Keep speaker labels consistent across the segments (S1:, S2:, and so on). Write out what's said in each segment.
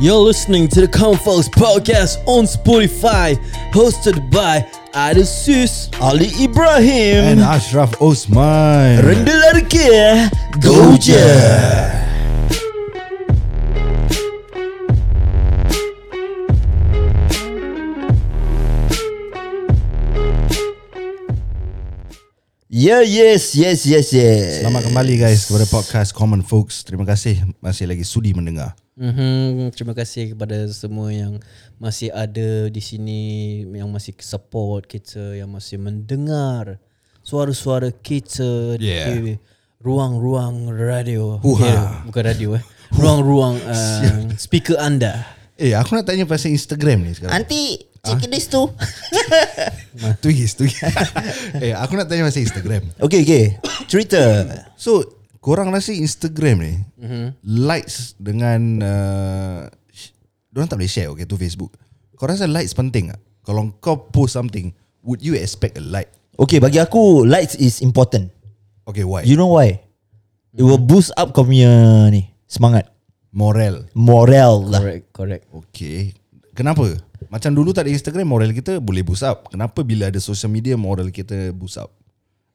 S1: You're listening to the Confolks podcast on Spotify, hosted by Ada Sus, Ali Ibrahim,
S2: And Ashraf Osman
S1: Rendel Arke, go je. Yeah, yes, yes, yes, yes.
S2: Selamat kembali guys kepada podcast Common Folks Terima kasih masih lagi sudi mendengar
S1: Mm-hmm. Terima kasih kepada semua yang masih ada di sini, yang masih support kita, yang masih mendengar suara-suara kita di
S2: Yeah.
S1: ruang-ruang radio.
S2: Huha.
S1: bukan radio eh. Ruang-ruang uh, speaker anda.
S2: Eh aku nak tanya pasal Instagram ni sekarang Ah,
S3: Nanti check this tu.
S2: Twist twist Eh aku nak tanya pasal Instagram
S3: Okay, okay. Cerita.
S2: So korang rasa Instagram ni Mhm. Likes dengan uh, sh- Diorang tak boleh share okay tu Facebook Kau rasa likes penting tak? Kalau kau post something Would you expect a like?
S3: Okay, bagi aku likes is important.
S2: Okay why?
S3: You know why? It will boost up kau punya ni semangat,
S2: Moral
S3: moral lah.
S1: Correct, correct.
S2: Okay Kenapa? Macam dulu tak ada Instagram Moral kita boleh boost up Kenapa bila ada social media Moral kita boost up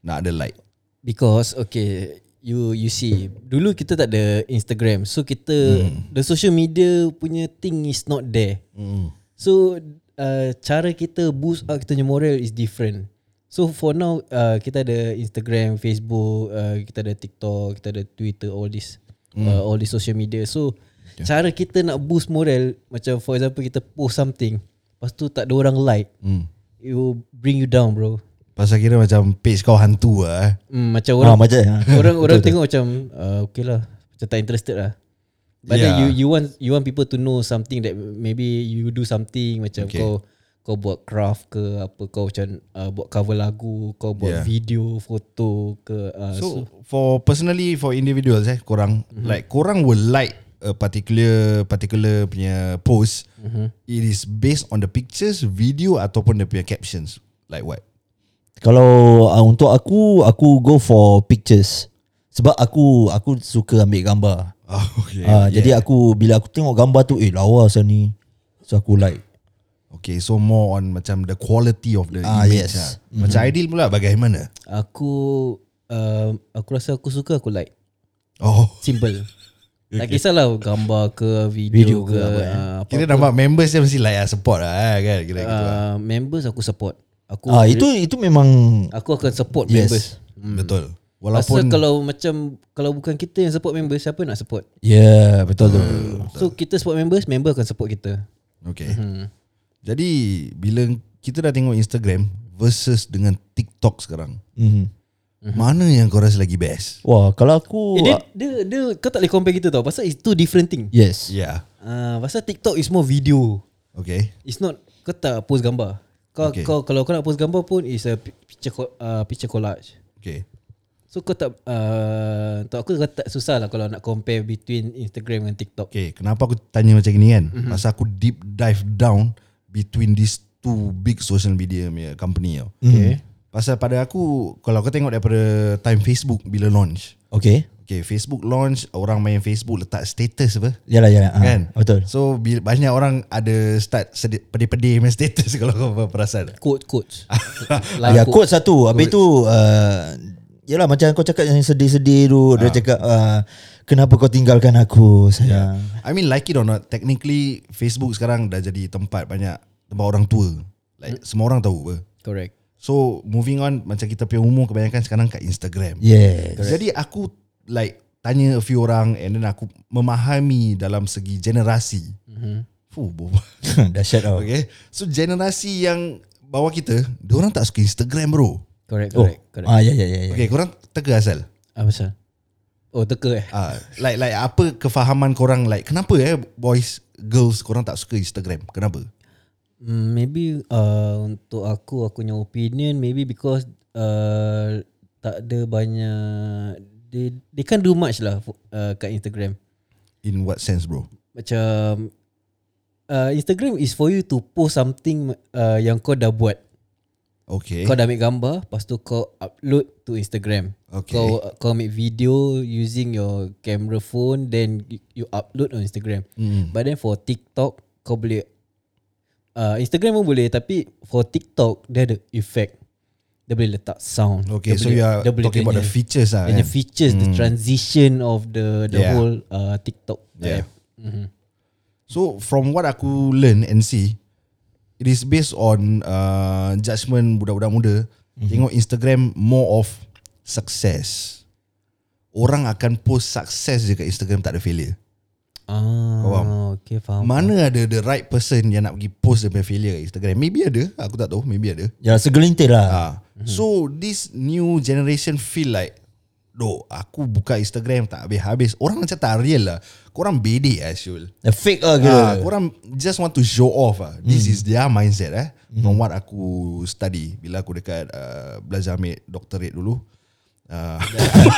S2: Nak ada like
S1: Because okay, you you see, dulu kita tak ada Instagram. So kita the social media punya thing is not there.
S2: mm.
S1: So uh, cara kita boost up kita punya moral is different. So for now uh, kita ada Instagram, Facebook, uh, kita ada TikTok, kita ada Twitter, all this mm. uh, all this social media. So okay. cara kita nak boost moral macam for example kita post something, lepas tu tak ada orang like,
S2: Mm.
S1: it will bring you down bro.
S2: Pasal kira macam page kau hantu lah eh.
S1: Mm, macam orang
S3: Ha, macam ha.
S1: orang orang tengok macam uh, okay lah macam tak interested lah but yeah. then
S2: Yeah.
S1: you you want you want people to know something that maybe you do something macam okay.
S2: Okay.
S1: kau kau buat craft ke apa kau macam uh, buat cover lagu kau buat yeah.
S2: Yeah.
S1: video foto ke uh, so, so
S2: So for personally for individuals eh korang mm-hmm. like korang will like a particular particular punya post mm-hmm. it is based on the pictures video ataupun the punya captions like what
S3: Kalau uh, untuk aku, aku go for pictures. Sebab aku aku suka ambil gambar.
S2: oh, okay
S3: Yeah, uh, Jadi aku bila aku tengok gambar tu, eh lawa sah ni. So aku like.
S2: okay so more on macam the quality of the
S3: Ah,
S2: image
S3: yes.
S2: lah. macam ideal pula bagaimana
S1: aku uh, aku rasa aku suka aku like
S2: oh
S1: simple tak kisahlah gambar ke video, video ke, ke apa, uh, apa
S2: Kira nampak members dia mesti layak support lah eh, kan kira gitu lah.
S1: uh, members aku support aku
S3: Ah uh, itu itu memang
S1: aku akan support yes.
S3: Yes.
S1: members
S2: Betul.
S1: Hmm. Rasa
S2: Walaupun
S1: kalau macam kalau bukan kita yang support member siapa nak support?
S3: yeah ya, betul tu.
S1: So kita support members, member akan support kita.
S2: okay.
S1: Hmm.
S2: Jadi bila kita dah tengok Instagram versus dengan TikTok sekarang.
S1: Hmm.
S2: Hmm.
S3: Mm.
S2: Mana yang kau rasa lagi best?
S3: Wah kalau aku ah,
S1: Eh, dia, dia dia kau tak boleh compare kita tau pasal it's two different thing.
S3: yes.
S2: Yeah.
S1: Ah uh, pasal TikTok is more video.
S2: Okay.
S1: It's not kau tak post gambar. Kau okay.
S2: Okay.
S1: kau kalau kau nak post gambar pun is a pi- picture co- uh, picture collage.
S2: Okay.
S1: So kau tak uh, tak aku kau tak susah lah kalau nak compare between Instagram dan TikTok.
S2: Okay, kenapa aku tanya macam ni kan?
S1: Hmm.
S2: Mm-hmm. Pasal aku deep dive down between these two big social media punya company tau.
S1: Hmm.
S2: Okay. Pasal pada aku kalau kau tengok daripada time Facebook bila launch.
S3: Okay.
S2: Okay, Facebook launch, orang main Facebook letak status apa?
S3: Yalah yalah. ah,
S2: Kan
S3: Betul.
S2: So bila banyak orang Ada start sedi- Pedih-pedih punya status Kalau kau perasan
S1: Quote quotes.
S3: ya quote satu Habis tu uh, Yalah macam kau cakap Yang sedih-sedih tu
S1: Ah.
S3: Dia cakap uh, Kenapa kau tinggalkan aku Sayang
S2: I mean like it or not Technically Facebook sekarang Dah jadi tempat banyak Tempat orang tua Like semua orang tahu apa
S1: Correct.
S2: So moving on Macam kita punya umur Kebanyakan sekarang kat Instagram
S1: Ya.
S3: Yes
S2: Jadi aku Like Tanya a few orang And then aku Memahami dalam segi generasi
S1: Mhm.
S2: mm-hmm. Fuh boba
S3: Dahsyat tau
S2: Okay So generasi yang Bawah kita Diorang tak suka Instagram bro
S1: Correct,
S3: Oh
S1: correct, correct.
S3: ah, Ya ya ya ya.
S2: Okay korang teka asal
S1: Apa pasal? Oh teka eh.
S2: Ah, like like apa kefahaman korang like kenapa eh boys girls korang tak suka Instagram? Kenapa?
S1: Mm, Maybe uh, untuk aku aku punya opinion maybe because uh, tak ada banyak they they can't do much lah fo- uh, kat Instagram.
S2: In what sense, bro?
S1: Macam uh, Instagram is for you to post something uh, yang kau dah buat.
S2: Okay.
S1: Kau dah ambil gambar Lepas tu kau upload to Instagram
S2: Okay.
S1: Kau kau ambil video Using your camera phone Then you you upload on Instagram
S2: Hmm.
S1: mm. But then for TikTok Kau boleh uh, Instagram pun boleh Tapi for TikTok Dia ada effect Dia boleh letak sound
S2: Okay,
S1: dia
S2: so
S1: boleh,
S2: you are
S1: dia boleh
S2: talking about
S1: dia
S2: the
S1: punya-
S2: features lah.
S1: dia punya
S2: Kan?
S1: features The transition of the The
S2: Yeah.
S1: whole uh, TikTok
S2: Yeah.
S1: app. Mhm.
S2: So from what aku learn and see, it is based on uh, judgement budak-budak muda.
S1: Mhm.
S2: Mm-hmm. Tengok Instagram more of success. Orang akan post success je kat Instagram tak ada failure.
S1: Ah,
S2: faham?
S1: Okay faham
S2: Mana ada the right person yang nak pergi post dia punya failure kat Instagram? Maybe ada, aku tak tahu, maybe ada.
S3: Ya segelintir lah.
S2: Ah. So this new generation feel like Doh, aku buka Instagram tak habis-habis. Orang macam tak real lah. Korang bedek lah Syul.
S3: Uh, fake lah kira.
S2: Ah, korang just want to show off ah. This is their mindset eh. From what aku study bila aku dekat uh, belajar ambil doctorate dulu. Uh,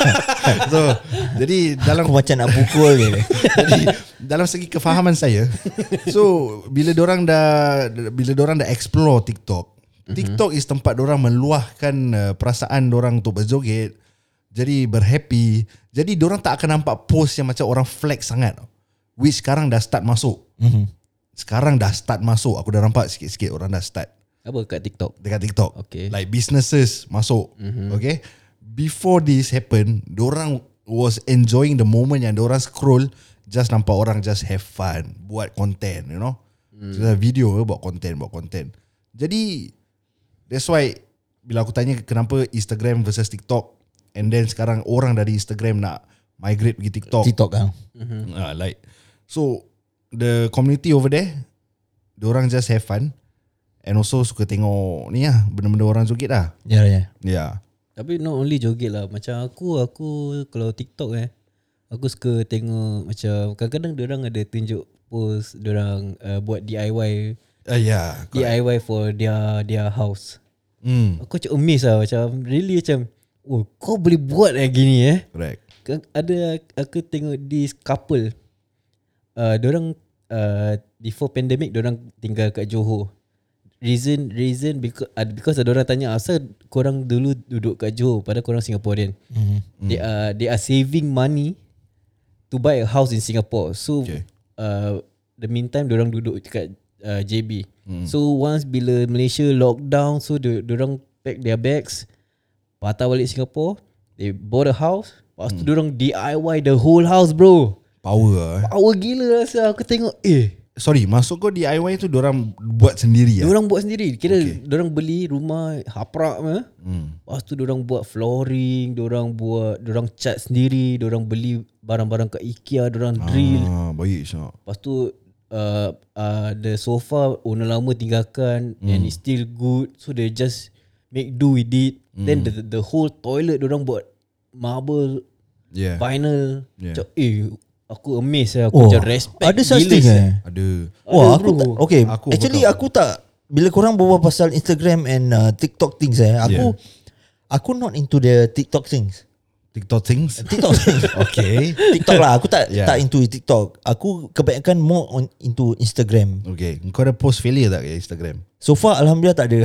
S2: so jadi dalam
S3: Aku macam nak pukul je.
S2: jadi dalam segi kefahaman saya so bila orang dah bila orang dah explore TikTok TikTok is tempat orang meluahkan uh, perasaan orang untuk berjoget jadi berhappy jadi orang tak akan nampak post yang macam orang flex sangat which sekarang dah start masuk sekarang dah start masuk aku dah nampak sikit-sikit orang dah start
S1: Apa kat TikTok
S2: dekat TikTok.
S1: Okay.
S2: Like businesses masuk. Mm-hmm. Okay. Before this happen, orang was enjoying the moment yang orang scroll just nampak orang just have fun, buat content, you know. Mm. So, video ke buat content, buat content. Jadi that's why bila aku tanya kenapa Instagram versus TikTok and then sekarang orang dari Instagram nak migrate pergi TikTok.
S3: TikTok kan.
S2: Ah, like so the community over there, orang just have fun and also suka tengok ni lah benda-benda orang joget lah.
S3: Ya ya.
S2: Yeah.
S1: Tapi not only joget lah Macam aku Aku Kalau TikTok eh Aku suka tengok Macam Kadang-kadang Diorang ada tunjuk Post Diorang uh, Buat DIY
S2: Uh, yeah. Correct.
S1: DIY for their Their house
S2: Mm.
S1: Aku macam amazed lah Macam Really macam Oh kau boleh buat eh gini eh
S2: Correct.
S1: Ke- Ada Aku tengok this couple uh, Diorang uh, Before pandemic Diorang tinggal kat Johor Reason Reason Because, uh, because ada orang tanya Asal korang dulu Duduk kat Johor Padahal korang Singaporean
S3: Mhm.
S1: They are They are saving money To buy a house in Singapore So
S2: Okay.
S1: uh, The meantime Diorang duduk dekat uh, JB So once bila Malaysia lockdown So dia orang Pack their bags Patah balik Singapore They bought a house Lepas tu diorang DIY the whole house bro
S2: Power lah, eh.
S1: Power gila rasa Aku tengok Eh
S2: Sorry, masuk kau DIY tu orang buat sendiri
S3: Ya.
S2: lah.
S1: Diorang buat sendiri Kira okay. diorang beli rumah Haprak mah. Hmm. Lepas tu diorang buat flooring Diorang buat Diorang cat sendiri Diorang beli Barang-barang kat Ikea Diorang drill
S2: Ah, baik Syok.
S1: Lepas tu uh, uh, The sofa Owner lama tinggalkan
S3: Hmm.
S1: mm. And it's still good So they just Make do with it
S3: Hmm.
S1: mm. Then the, the whole toilet Diorang buat Marble
S2: Yeah.
S1: Vinyl
S2: Yeah.
S1: Macam eh Aku amazed lah Aku oh, macam respect
S3: Ada such
S1: gila
S3: thing
S1: sia.
S3: eh.
S2: Ada.
S3: Wah,
S1: Ada,
S3: aku
S1: bro.
S3: tak, okay.
S2: Aku
S3: Aku Actually
S2: overcome.
S3: aku tak bila korang berbual pasal Instagram and uh, TikTok things eh, aku aku not into the TikTok things.
S2: TikTok things.
S3: TikTok things.
S2: okay.
S3: TikTok lah aku tak
S2: Yeah.
S3: tak into TikTok. Aku kebanyakan more on into Instagram.
S2: Okay. Kau ada post failure tak kat Instagram?
S3: So far alhamdulillah tak ada.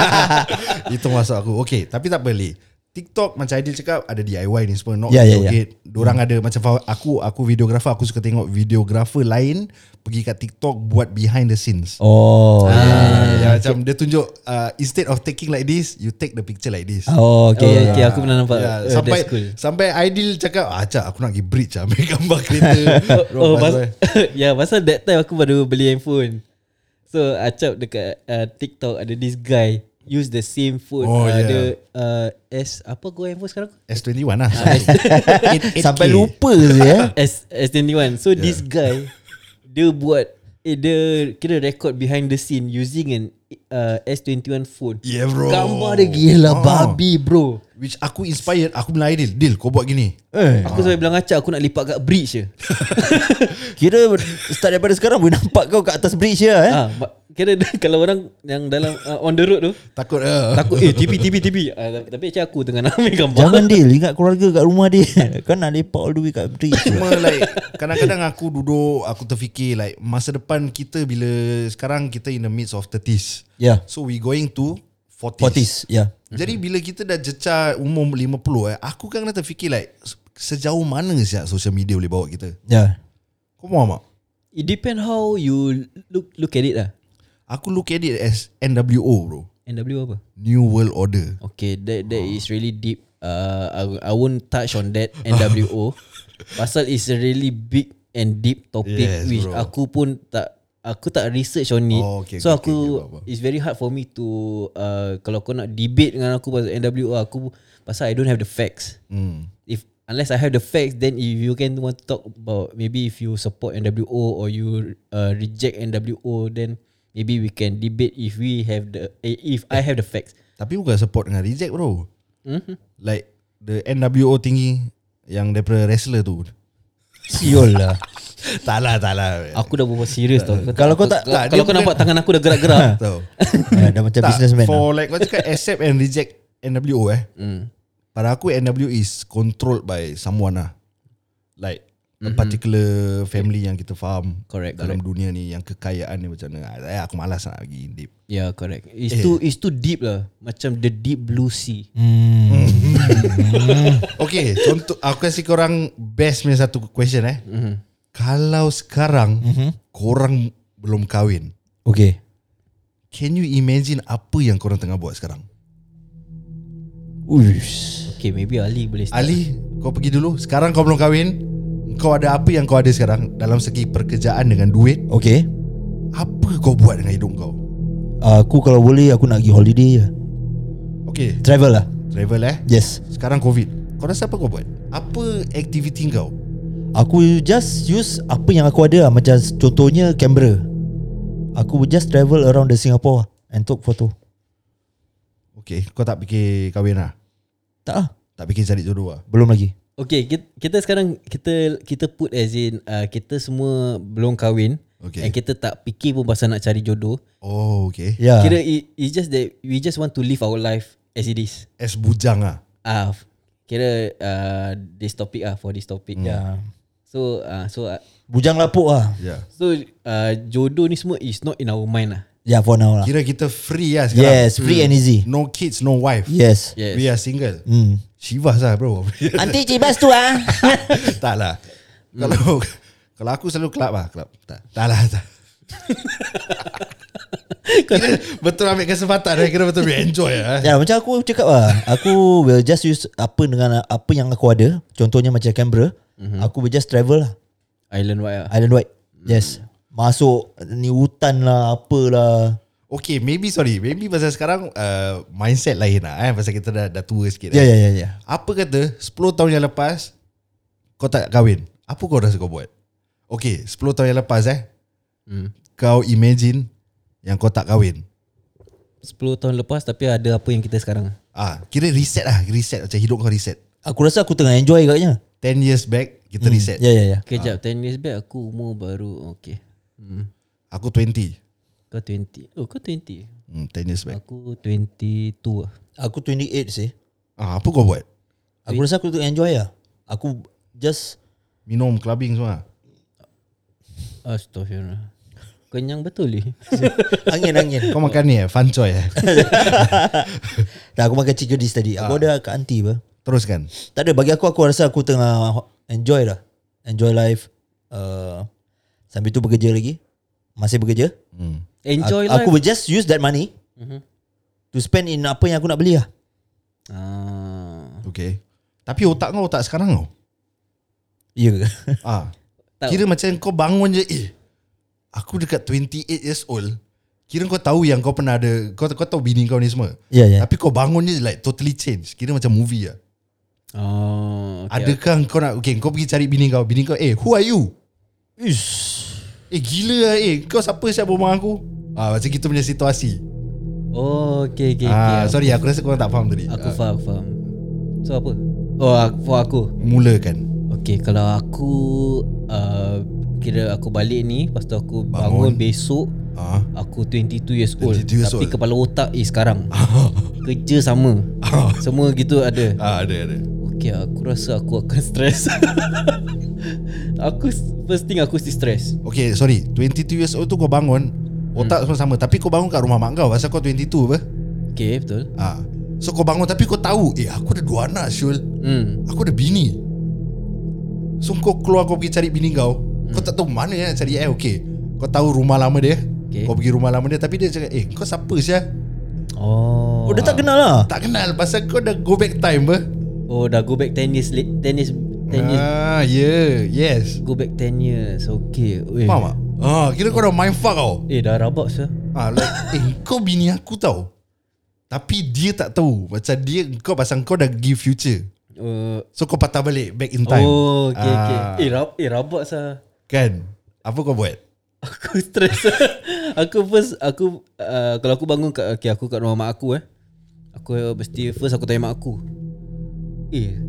S2: Itu masuk aku Okay tapi tak boleh TikTok macam Adil cakap Ada DIY ni semua Not
S3: Ya, ya,
S2: video yeah, Diorang
S1: Hmm.
S2: ada macam fa- Aku aku videographer Aku suka tengok videographer lain Pergi kat TikTok Buat behind the scenes
S3: oh.
S1: ya,
S2: Ah, yang macam dia tunjuk uh, instead of taking like this you take the picture like this.
S3: Oh,
S1: Okay,
S3: okay.
S1: okay, okay Ah, aku pernah nampak
S2: Ya,
S1: yeah, uh,
S2: sampai
S1: That's cool
S2: sampai Aidil cakap ah cak aku nak pergi bridge ah ambil gambar kereta.
S1: Oh, oh
S2: Lepas tu,
S1: pas- yeah, pasal that time aku baru beli handphone. So acap dekat uh, TikTok ada this guy use the same phone. uh,
S2: Oh, yeah.
S1: Ada uh, S apa gua handphone sekarang?
S2: S21 lah.
S1: Ah,
S3: Sampai lupa je eh.
S1: S S21. So
S2: Ya.
S1: yeah. this guy dia buat eh, dia kira record behind the scene using an uh, S21 phone.
S2: Yeah, Ya, bro.
S1: Gambar dia gila
S2: Oh.
S1: babi bro.
S2: Which aku inspired aku bilang Aidil, Dil kau buat gini.
S3: eh.
S2: Ya.
S1: Aku sampai bilang acap aku nak lipat kat bridge je.
S3: Kira start daripada sekarang boleh nampak kau kat atas bridge je eh.
S1: ah, ba- kira dia, kalau orang yang dalam uh, on the road tu
S2: Takut ah.
S1: Takut eh TV TV TV uh, Tapi actually aku tengah nak ambil gambar
S3: Jangan deal Ingat keluarga kat rumah dia Kan nak lepak all the way kat bridge Ya.
S2: Cuma like Kadang-kadang aku duduk Aku terfikir like Masa depan kita bila Sekarang kita in the midst of 30s
S3: Ya
S2: So we going to 40s. 40s.
S3: 40s yeah.
S2: Jadi bila kita dah jecah umur 50 eh, aku kan kena terfikir like se- sejauh mana siap social media boleh bawa kita.
S3: Yeah.
S2: Kau faham tak?
S1: It depend how you look look at it lah.
S2: Aku look at it as NWO bro.
S1: NW apa?
S2: New World Order.
S1: Okay, that that is really deep. Uh, I, I won't touch on that NWO. Pasal is a really big and deep topic
S2: Yes,
S1: which
S2: bro.
S1: aku pun tak aku tak research on it.
S2: Oh, okay,
S1: so
S2: okay,
S1: aku
S2: okay, okay, apa-apa.
S1: it's very hard for me to uh, kalau kau nak debate dengan aku pasal NWO aku pasal I don't have the facts.
S2: Hmm.
S1: If unless I have the facts then if you can want to talk about maybe if you support NWO or you uh, reject NWO then maybe we can debate if we have the eh, if I have the facts.
S2: Tapi bukan support dengan reject bro. Like the NWO tinggi yang daripada wrestler tu.
S3: Siol lah
S2: tak lah, tak lah.
S1: Aku dah berbual serius tau.
S3: Kalau kau tak-
S1: kalau,
S2: tak,
S1: kalau
S2: dia
S1: kau
S2: bukan-
S1: nampak tangan aku dah gerak-gerak.
S2: Tahu.
S3: Ah, Dah macam businessman lah.
S2: For like kau cakap accept and reject NWO eh. Mm. Pada aku NWO is controlled by someone lah. Like mm-hmm. a particular family yang kita faham
S1: Correct,
S2: dalam dunia ni yang kekayaan ni macam mana. Ah, aku malas nak pergi deep.
S1: yeah, Ya, correct. It's
S3: Eh.
S1: too it's too deep lah. Macam the deep blue sea.
S3: Hmm.
S2: Okay, contoh aku kasi korang best punya satu question eh. Mm-hmm. Kalau sekarang mm-hmm. korang belum kahwin,
S3: Okay
S2: can you imagine apa yang korang tengah buat sekarang?
S3: Uish.
S1: Okay, maybe Ali boleh start.
S2: Ali, kau pergi dulu. Sekarang kau belum kahwin. Kau ada apa yang kau ada sekarang dalam segi pekerjaan dengan duit?
S3: Okay
S2: Apa kau buat dengan hidup kau?
S3: Aku kalau boleh Aku nak pergi holiday je
S2: Okay,
S3: Travel lah
S2: travel eh.
S3: Yes
S2: Sekarang COVID. Kau rasa apa kau buat? Apa aktiviti kau?
S3: Aku just use Apa yang aku ada lah. Macam contohnya Canberra Aku just travel around the Singapore lah And took photo
S2: Okay, kau tak fikir kahwin lah?
S3: Tak lah
S2: Tak fikir cari jodoh lah?
S3: Belum lagi
S1: Okay, kita, kita sekarang kita kita put as in uh, kita semua belum kahwin.
S2: Okay.
S1: And kita tak fikir pun pasal nak cari jodoh.
S2: Oh, okay.
S3: Ya yeah.
S1: Kira it, it's just that we just want to live our life as it is.
S2: As bujang lah.
S1: Ah, f- kira uh, this topic ah for this topic.
S3: yeah.
S1: So uh, so uh,
S3: Hmm. Bujang lapuk lah
S2: Ya. Yeah.
S1: so uh, jodoh ni semua is not in our mind lah.
S3: Ya yeah, for now lah
S2: Kira kita free lah sekarang.
S3: Yes Free and easy
S2: No kids, no wife.
S3: Yes
S1: Yes.
S2: We are single.
S3: Hmm.
S2: Shivas lah bro.
S3: Nanti cibas tu ah.
S2: tak lah. Kalau kalau aku selalu kelab lah, kelab. Tak. Tak lah, tak. kira betul ambil kesempatan eh. Kira betul ambil enjoy lah. eh.
S3: Ya macam aku cakap lah Aku will just use Apa dengan Apa yang aku ada Contohnya macam Canberra mm-hmm. Aku will just travel lah
S1: Island wide lah.
S3: Island wide Yes Masuk Ni hutan lah Apalah
S2: Okay, maybe sorry. Maybe pasal sekarang uh, mindset lain lah eh. Pasal kita dah, dah tua sikit.
S3: Ya
S2: Eh.
S3: ya ya ya
S2: Apa kata 10 tahun yang lepas kau tak kahwin. Apa kau rasa kau buat? Okay, 10 tahun yang lepas eh.
S1: Hmm.
S2: Kau imagine yang kau tak kahwin.
S1: 10 tahun lepas tapi ada apa yang kita sekarang.
S2: Ah, kira reset lah. Reset macam hidup kau reset.
S3: Aku rasa aku tengah enjoy katnya
S2: 10 years back kita hmm. reset.
S3: Ya ya ya
S1: Kejap, 10 years back aku umur baru okay. Hmm.
S2: Aku 20.
S1: Kau 20. Oh, kau 20.
S2: Hmm, 10 years back.
S1: Aku 22 lah.
S3: Aku 28 sih
S2: Ah, apa kau buat?
S3: Aku rasa aku tengah enjoy lah Aku just
S2: Minum, clubbing semua.
S1: Astaghfirullah. Kenyang betul ni.
S3: Angin-angin
S2: Kau makan ni eh, fun choy eh.
S3: Dah aku makan chicken dish tadi Aku ada kat aunty apa
S2: Teruskan.
S3: Tak ada bagi aku aku rasa aku tengah enjoy lah. Enjoy life. Uh, sambil tu bekerja lagi. Masih bekerja.
S2: Hmm.
S1: Enjoy
S3: aku, aku
S1: life.
S3: will just use that money
S1: Mhm.
S3: to spend in apa yang aku nak beli lah.
S1: Ah.
S2: Okay. Tapi otak kau otak sekarang kau.
S3: Ya ke?
S2: Ah.
S1: Tak.
S2: Kira macam kau bangun je eh. Aku dekat 28 years old. Kira kau tahu yang kau pernah ada kau kau tahu bini kau ni semua.
S3: Ya ya.
S2: Tapi kau bangun je like totally change. Kira macam movie lah.
S1: Oh, okay.
S2: Adakah kau nak okay kau pergi cari bini kau. Bini kau eh who are you? Eh gila lah eh. Kau siapa siapa rumah aku? Ah macam kita punya situasi.
S1: Oh, okay, okay,
S2: ah,
S1: okay.
S2: sorry aku rasa kau tak faham tadi.
S1: Aku
S2: Ah,
S1: faham, aku faham. So apa? Oh, aku- for aku.
S2: mulakan.
S1: Okay, kalau aku uh, kira aku balik ni, lepas tu aku bangun,
S2: Bangun.
S1: besok
S2: Ah.
S1: Aku 22 years old
S2: 22 years
S1: Tapi
S2: old.
S1: kepala otak is sekarang Kerja sama Semua gitu ada
S2: Ah ada ada.
S1: Okay aku rasa aku akan stress Aku First thing aku still stress
S2: Okay sorry 22 years old tu kau bangun Otak semua sama Tapi kau bangun kat rumah mak kau Pasal kau 22 apa
S1: Okay betul
S2: Ah. So kau bangun tapi kau tahu, eh aku ada dua anak Syul.
S1: Hmm
S2: Aku ada bini. So kau keluar kau pergi cari bini kau. Kau tak tahu mana nak cari eh okay. Kau tahu rumah lama dia.
S1: Okay.
S2: Kau pergi rumah lama dia tapi dia cakap, "Eh, kau siapa sia?"
S1: Oh
S3: Oh, dia tak kenal lah.
S2: Tak kenal pasal kau dah go back time ber.
S1: Oh dah go back 10 years late 10 years 10 years
S2: Ah, yeah, yes.
S1: Go back 10 years Okay Weh.
S2: Faham tak? Ah, kira kau dah mindfuck kau.
S1: Eh dah rabak sah
S2: Ah, like, eh kau bini aku tau. Tapi dia tak tahu Macam dia Kau pasang kau dah give future
S1: uh,
S2: So kau patah balik Back in time
S1: Oh okay,
S2: Ah,
S1: okay. Eh, rab- eh rabak sah
S2: Kan Apa kau buat
S1: Aku stress Aku first Aku uh, Kalau aku bangun kat, okay, Aku kat rumah mak aku eh Aku uh, mesti First aku tanya mak aku Eh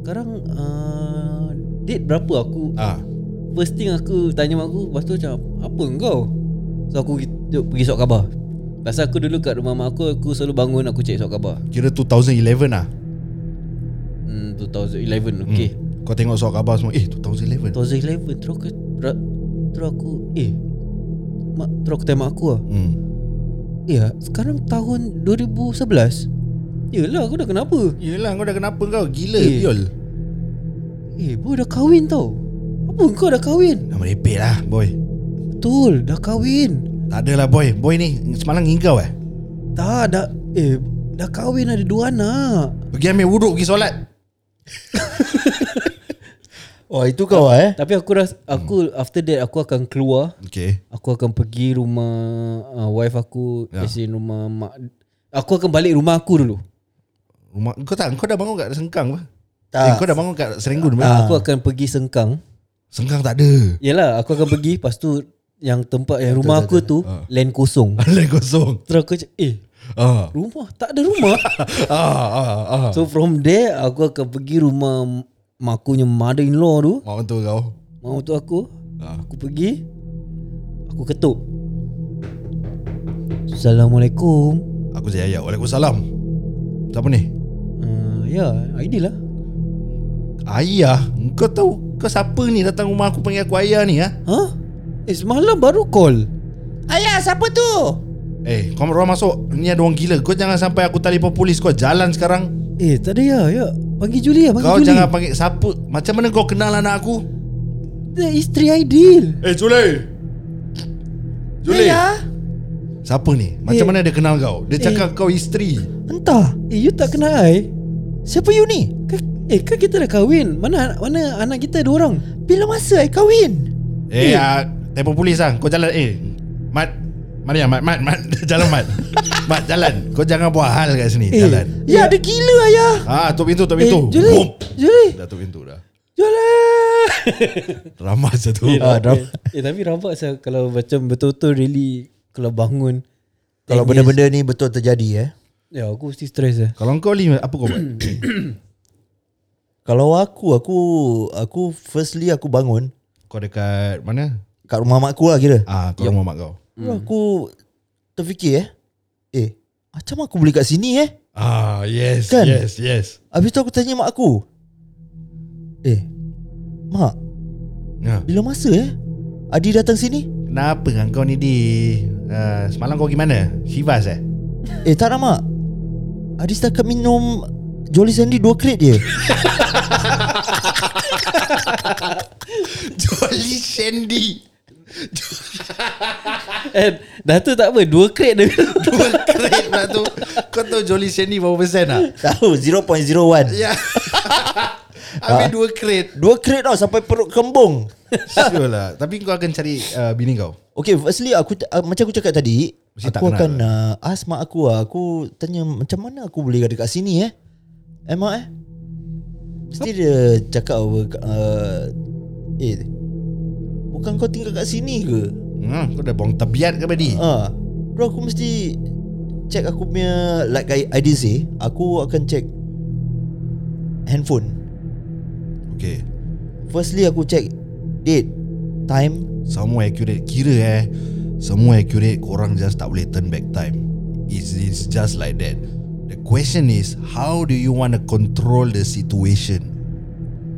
S1: Sekarang uh, Date berapa aku
S2: Ah,
S1: First thing aku Tanya mak aku Lepas tu macam Apa engkau So aku pergi, jom, pergi sok khabar Pasal aku dulu kat rumah mak aku Aku selalu bangun Aku cek sok khabar
S2: Kira 2011 lah
S1: hmm, 2011 Okay hmm.
S2: Kau tengok soal khabar semua Eh 2011
S1: 2011 Terus aku ra- Terus aku Eh mak, Terus aku tanya mak aku lah
S2: hmm.
S1: Ya, sekarang tahun 2011. Yelah, aku dah kenapa?
S2: Yelah kau dah kenapa kau Gila
S1: Eh.
S2: Yol
S1: Eh, boy dah kahwin tau. Apa kau dah kahwin?
S2: Dah merepek lah boy
S1: Betul, dah kahwin.
S2: Tak adalah boy Boy ni semalam ngingkau eh
S1: Tak, dah eh dah kahwin ada dua anak.
S2: Pergi ambil wuduk pergi solat
S3: Oh, itu kau lah eh.
S1: Tapi aku ras aku hmm. after that aku akan keluar.
S2: Okay
S1: Aku akan pergi rumah uh, wife aku, yeah. as in rumah mak Aku akan balik rumah aku dulu.
S2: Rumah Kau tak Kau dah bangun kat Sengkang apa?
S3: Tak.
S2: Eh, kau dah bangun kat Serenggun apa?
S1: Uh. Aku akan pergi Sengkang.
S2: Sengkang tak ada
S1: Yelah, aku akan pergi lepas tu yang tempat yang rumah aku tu
S2: Ah.
S1: land kosong.
S2: Lain kosong
S1: Terus aku cakap, eh
S2: ah.
S1: rumah tak ada rumah.
S2: ah, ah, ah.
S1: So from there aku akan pergi rumah mak aku punya mother-in-law tu,
S2: Mak mentua kau
S1: mak untuk aku.
S2: Ah.
S1: Aku pergi aku ketuk. Assalamualaikum.
S2: Aku saya ayat Waalaikumsalam Siapa ni?
S1: Uh, ya, Aidil lah.
S2: Ayah Kau tahu Kau siapa ni datang rumah aku Panggil aku ayah ni ha?
S1: Ha? Eh semalam baru call.
S3: Ayah, siapa tu?
S2: Eh kau orang masuk Ni ada orang gila Kau jangan sampai aku telefon polis Kau jalan sekarang
S1: Eh tak ada ya, ya. Panggil Julie lah, panggil
S2: Kau
S1: Julie.
S2: jangan panggil siapa Macam mana kau kenal anak aku
S1: Dia isteri Aidil.
S2: Eh Juli Juli
S3: Ayah?
S2: Siapa ni?
S1: Eh.
S2: Macam mana dia kenal kau? Dia cakap kau isteri
S3: Entah.
S1: Eh you tak kenal I?
S3: Siapa you ni?
S1: Kan, eh kan kita dah kahwin. Mana mana anak kita dua orang?
S3: Bila masa I kahwin?
S2: Eh, ah, telefon polis lah Kau jalan Eh Mat Maria Mat Mat Mat Jalan Mat Mat jalan Kau jangan buat hal kat sini
S1: Eh.
S2: Jalan
S3: Ya, ada gila ayah.
S2: Ah, tutup pintu, tutup
S1: Eh,
S2: pintu.
S1: Julie.
S2: Boom.
S1: Julie.
S2: Dah tutup pintu dah.
S1: Julie.
S2: Ramah satu.
S1: Eh,
S3: Ah,
S1: rabak. eh tapi rabak saya kalau macam betul-betul really kalau bangun ten
S3: Kalau
S1: years-
S3: benda-benda ni betul terjadi eh.
S1: ya aku mesti stres lah.
S2: Kalau kau Lim, apa kau buat?
S3: Kalau aku, aku aku firstly aku bangun
S2: kau dekat mana?
S3: kat rumah mak aku lah kira.
S2: Ah, kau rumah mak kau.
S3: Hmm. Aku terfikir eh. Eh, macam aku boleh kat sini eh?
S2: Ah, yes,
S3: Kan?
S2: yes, yes.
S3: Habis tu aku tanya mak aku. Eh, mak,
S2: Ya.
S3: bila masa eh? Adi datang sini?
S2: Kenapa kan kau ni di uh, semalam kau pergi mana? Sivas eh?
S3: Eh, tak nak mak. Adi setakat minum Jolly Sandy dua crate je.
S2: Jolly Sandy.
S1: Eh dah tu tak apa dua crate dia.
S2: Dua keren pula lah tu. Kau tahu Jolly Sandy berapa persen tak?
S3: Tahu 0.01.
S2: Ya. Habis dua keren.
S3: Dua crate tau sampai perut kembung.
S2: Sure lah. Tapi kau akan cari uh, bini kau.
S3: Okay firstly aku uh, macam aku cakap tadi
S2: Mesti tak
S3: aku
S2: kenal
S3: akan uh, ask mak aku lah. Aku tanya macam mana aku boleh ada kat sini eh? Eh mak eh? Mesti dia cakap uh, eh bukan kau tinggal kat sini ke?
S2: Hmm, kau dah buang tabiat ke badi?
S3: Ah. Bro aku mesti check aku punya like I, I did say aku akan check handphone.
S2: Okay.
S3: Firstly aku check date, time,
S2: Semua accurate Kira eh Semua accurate Korang just tak boleh turn back time It's, it's just like that The question is How do you want to control the situation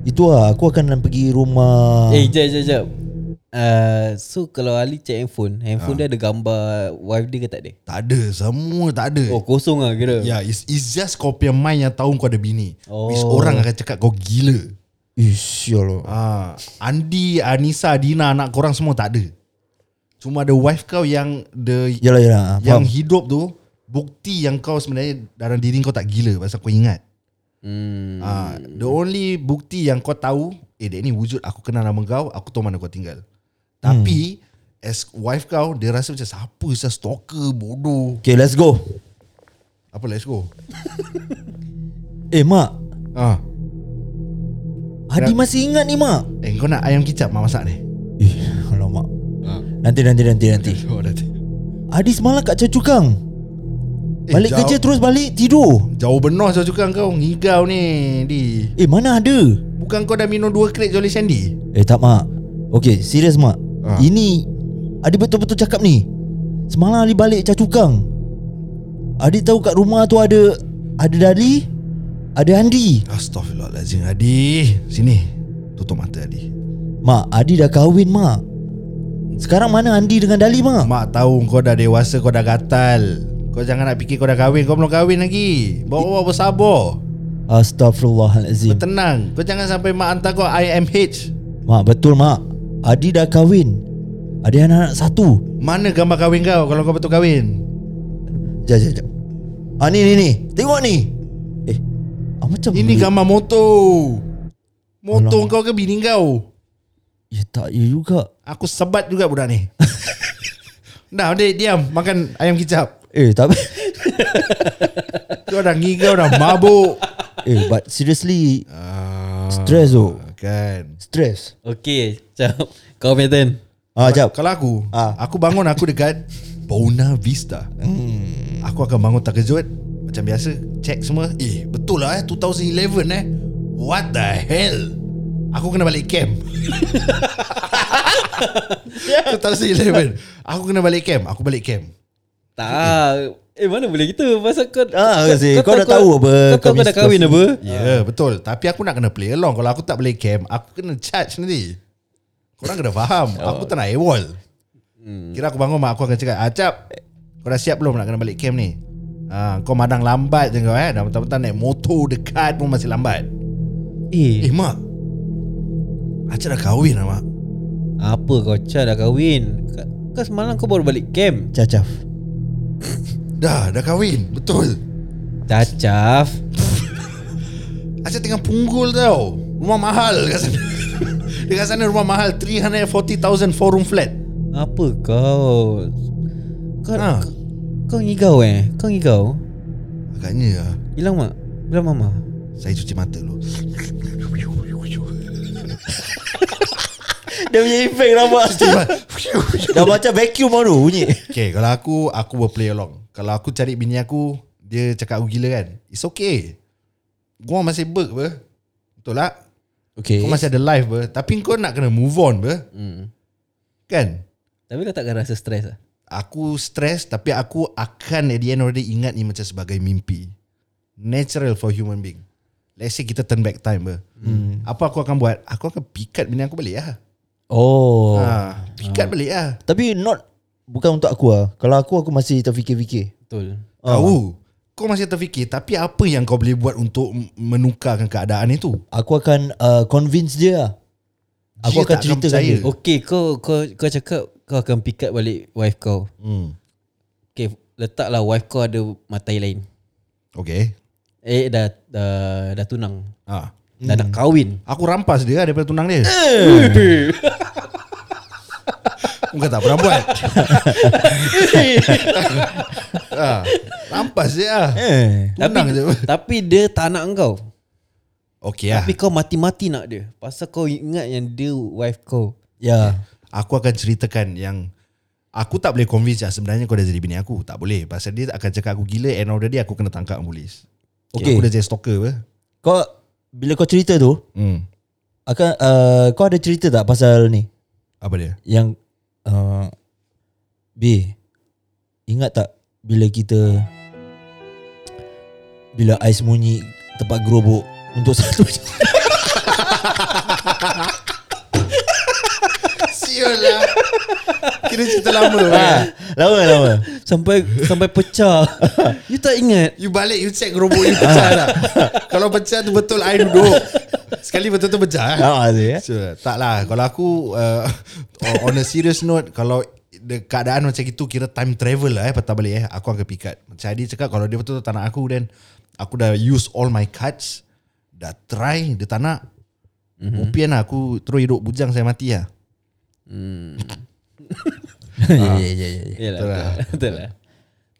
S3: Itu lah Aku akan pergi rumah
S1: eh
S2: Eh.
S1: jap jap jap. uh, so kalau Ali check handphone,
S3: Ah.
S1: handphone dia ada gambar wife dia ke tak ada?
S3: Eh.
S2: Tak ada Semua tak ada
S1: Oh kosong lah kira.
S2: Ya, yeah, it's, it's just kau punya mind yang tahu kau ada bini. Oh. Which orang akan cakap kau gila.
S3: Ish, ya Allah.
S2: Ah, Andi, Anissa, Dina, anak korang semua tak ada. Cuma ada wife kau yang the
S3: Yalah, yalah.
S2: yang
S3: Ah, Faham.
S2: hidup tu bukti yang kau sebenarnya dalam diri kau tak gila pasal kau ingat.
S1: Hmm.
S2: Ah, the only bukti yang kau tahu, eh dia ni wujud aku kenal nama kau, aku tahu mana kau tinggal. Tapi
S3: Hmm.
S2: as wife kau dia rasa macam siapa saya stalker bodoh.
S3: Okay, let's go.
S2: Apa let's go.
S3: Eh, Mak.
S2: Ah,
S3: Hadi masih ingat ni, Mak.
S2: eh kau nak ayam kicap mak masak ni? Ah,
S3: Eh, alamak. Nanti, nanti, nanti, Ah, nanti.
S2: Oh, dah.
S3: Hadi semalam kat Choa Chu Kang.
S2: Eh,
S3: Balik
S2: jauh-
S3: kerja terus balik tidur.
S2: Jauh benar saya suka kau Ngigau ni Di
S3: Eh, mana ada?
S2: Bukan kau dah minum dua kret Jolly Shandy
S3: Eh, tak, Mak. Okay, serius, Mak.
S2: Ah.
S3: Ini Hadi betul-betul cakap ni. Semalam Hadi balik Choa Chu Kang. Hadi tahu kat rumah tu ada ada Dali, ada Andi.
S2: Astaghfirullahaladzim Adi Sini Tutup mata Adi
S3: Mak, Adi dah kahwin, Mak. Sekarang mana Andi dengan Dali, Mak?
S2: Mak tahu kau dah dewasa Kau dah gatal Kau jangan nak fikir kau dah kahwin Kau belum kahwin lagi Bawa-bawa bersabar
S3: Astaghfirullahalazim.
S2: Bertenang Kau jangan sampai mak hantar kau IMH
S3: Mak, betul, Mak. Adi dah kahwin. Adi anak-anak satu.
S2: Mana gambar kahwin kau Kalau kau betul kahwin
S3: Jap, jap, jap. Ah, ni, ni, ni. Tengok ni. Eh, ah, macam
S2: Ini
S3: boleh-
S2: gambar motor Motor kau ke bini kau
S3: Ya, tak, ya juga.
S2: Aku sebat juga budak ni Dah, dia diam Makan ayam kicap
S3: Eh, tapi...
S2: Kau dah ngigau dah mabuk
S3: eh, but seriously,
S2: Ah,
S3: Stress tu.
S2: Kan
S3: stress.
S1: Okay, jap. Kau pattern.
S3: Ah, jap.
S2: Kalau aku
S3: Ah.
S2: Aku bangun aku dekat Bona Vista
S3: Hmm.
S2: Aku akan bangun terkejut Macam biasa Check semua Eh betul lah eh 2011 eh What the hell Aku kena balik camp 2011 Aku kena balik camp Aku balik camp
S1: Tak. Eh mana boleh gitu pasal kau
S3: Ah, kasi. Kau
S1: tahu
S3: dah tahu
S1: Kau,
S3: apa
S1: kau,
S3: kau
S1: kau dah kahwin
S3: discuss.
S1: apa?
S2: Ya yeah, betul Tapi aku nak kena play along Kalau aku tak balik camp Aku kena charge nanti Korang kena faham Aku tak nak AWOL Kira aku bangun mak aku akan cakap Acap Kau dah siap belum nak kena balik camp ni ha, Kau madang lambat je kau eh Dah mentah-mentah naik motor dekat pun masih lambat
S1: Eh,
S2: Eh mak Acap dah kahwin lah mak
S1: apa kau Cha dah kahwin? Kau- Kau semalam kau baru balik camp.
S3: Cacaf.
S2: Dah dah kahwin Betul
S1: Cacaf.
S2: Acap tengah punggul tau Rumah mahal dekat sana Dekat sana rumah mahal 340,000 four room flat
S1: Apa kau? Kau
S2: Ah.
S1: kau, kau ngigau eh? Kau ngigau?
S2: Agaknya lah
S1: Hilang mak? Hilang mama?
S2: Saya cuci mata dulu
S3: Dia punya efek lama. dah macam vacuum baru bunyi.
S2: Okay kalau aku Aku will play along Kalau aku cari bini aku Dia cakap aku gila kan It's okay Gua masih berk apa Betul tak
S3: Okay.
S2: Kau masih ada life apa Tapi kau nak kena move on apa
S1: Hmm.
S2: Kan
S1: Tapi kau takkan rasa stres ah.
S2: Aku stress Tapi aku akan At the end of the day Ingat ni macam sebagai mimpi Natural for human being Let's say kita turn back time apa hmm. Apa aku akan buat Aku akan pikat bini aku balik lah
S3: Oh.
S2: ha, Pikat balik lah
S3: Tapi not... Bukan untuk aku lah. Kalau aku, aku masih terfikir-fikir.
S1: Betul.
S3: Ah.
S2: Tahu Kau masih terfikir Tapi apa yang kau boleh buat Untuk m- menukarkan keadaan itu
S3: Aku akan uh, convince dia lah.
S2: Dia tak
S3: Aku akan
S2: akan
S3: ceritakan
S2: percaya.
S3: dia.
S1: Okay, kau kau kau cakap kau akan pick up balik wife kau.
S2: hmm.
S1: Okay, letaklah wife kau ada matai lain.
S2: Okay
S1: Eh dah dah, dah tunang.
S2: ha.
S1: Dah nak kahwin.
S2: Aku rampas dia Daripada tunang dia
S3: Eh.
S2: Bukan tak pernah buat ha. Rampas dia lah
S3: Eh.
S2: Tunang
S1: tapi,
S2: je
S1: tapi dia tak nak kau.
S2: Okay lah
S1: Tapi kau mati-mati nak dia. Pasal kau ingat yang dia wife kau.
S3: Ya.
S2: Aku akan ceritakan yang Aku tak boleh convince lah Sebenarnya kau dah jadi bini aku Tak boleh Pasal dia akan cakap aku gila And already aku kena tangkap dengan polis
S3: Okay.
S2: Aku dah jadi stalker apa
S3: Kau... Bila kau cerita tu...
S2: hmm.
S3: Akan, uh, kau ada cerita tak pasal ni?
S2: Apa dia?
S3: Yang... Uh, B. Ingat tak bila kita... Bila Ais munyi tempat gerobok untuk satu jam.
S2: Sia Betul lah Kira cerita lama lah
S3: Ah. Lama lama
S1: Sampai sampai pecah You tak ingat
S2: You balik you check robot you pecah tak Kalau pecah tu betul I duduk Sekali betul tu pecah
S3: Lama tu ya
S2: Sure. Tak lah Kalau aku uh, On a serious note Kalau the keadaan macam itu Kira time travel lah eh Patah balik eh Aku akan pick Macam Adi cakap Kalau dia betul-betul tak nak aku Then Aku dah use all my cards Dah try Dia tak nak mm-hmm. Upian lah Aku terus hidup bujang Saya mati lah
S3: Ya ya ya ya.
S1: Yalah, betul, lah. betul lah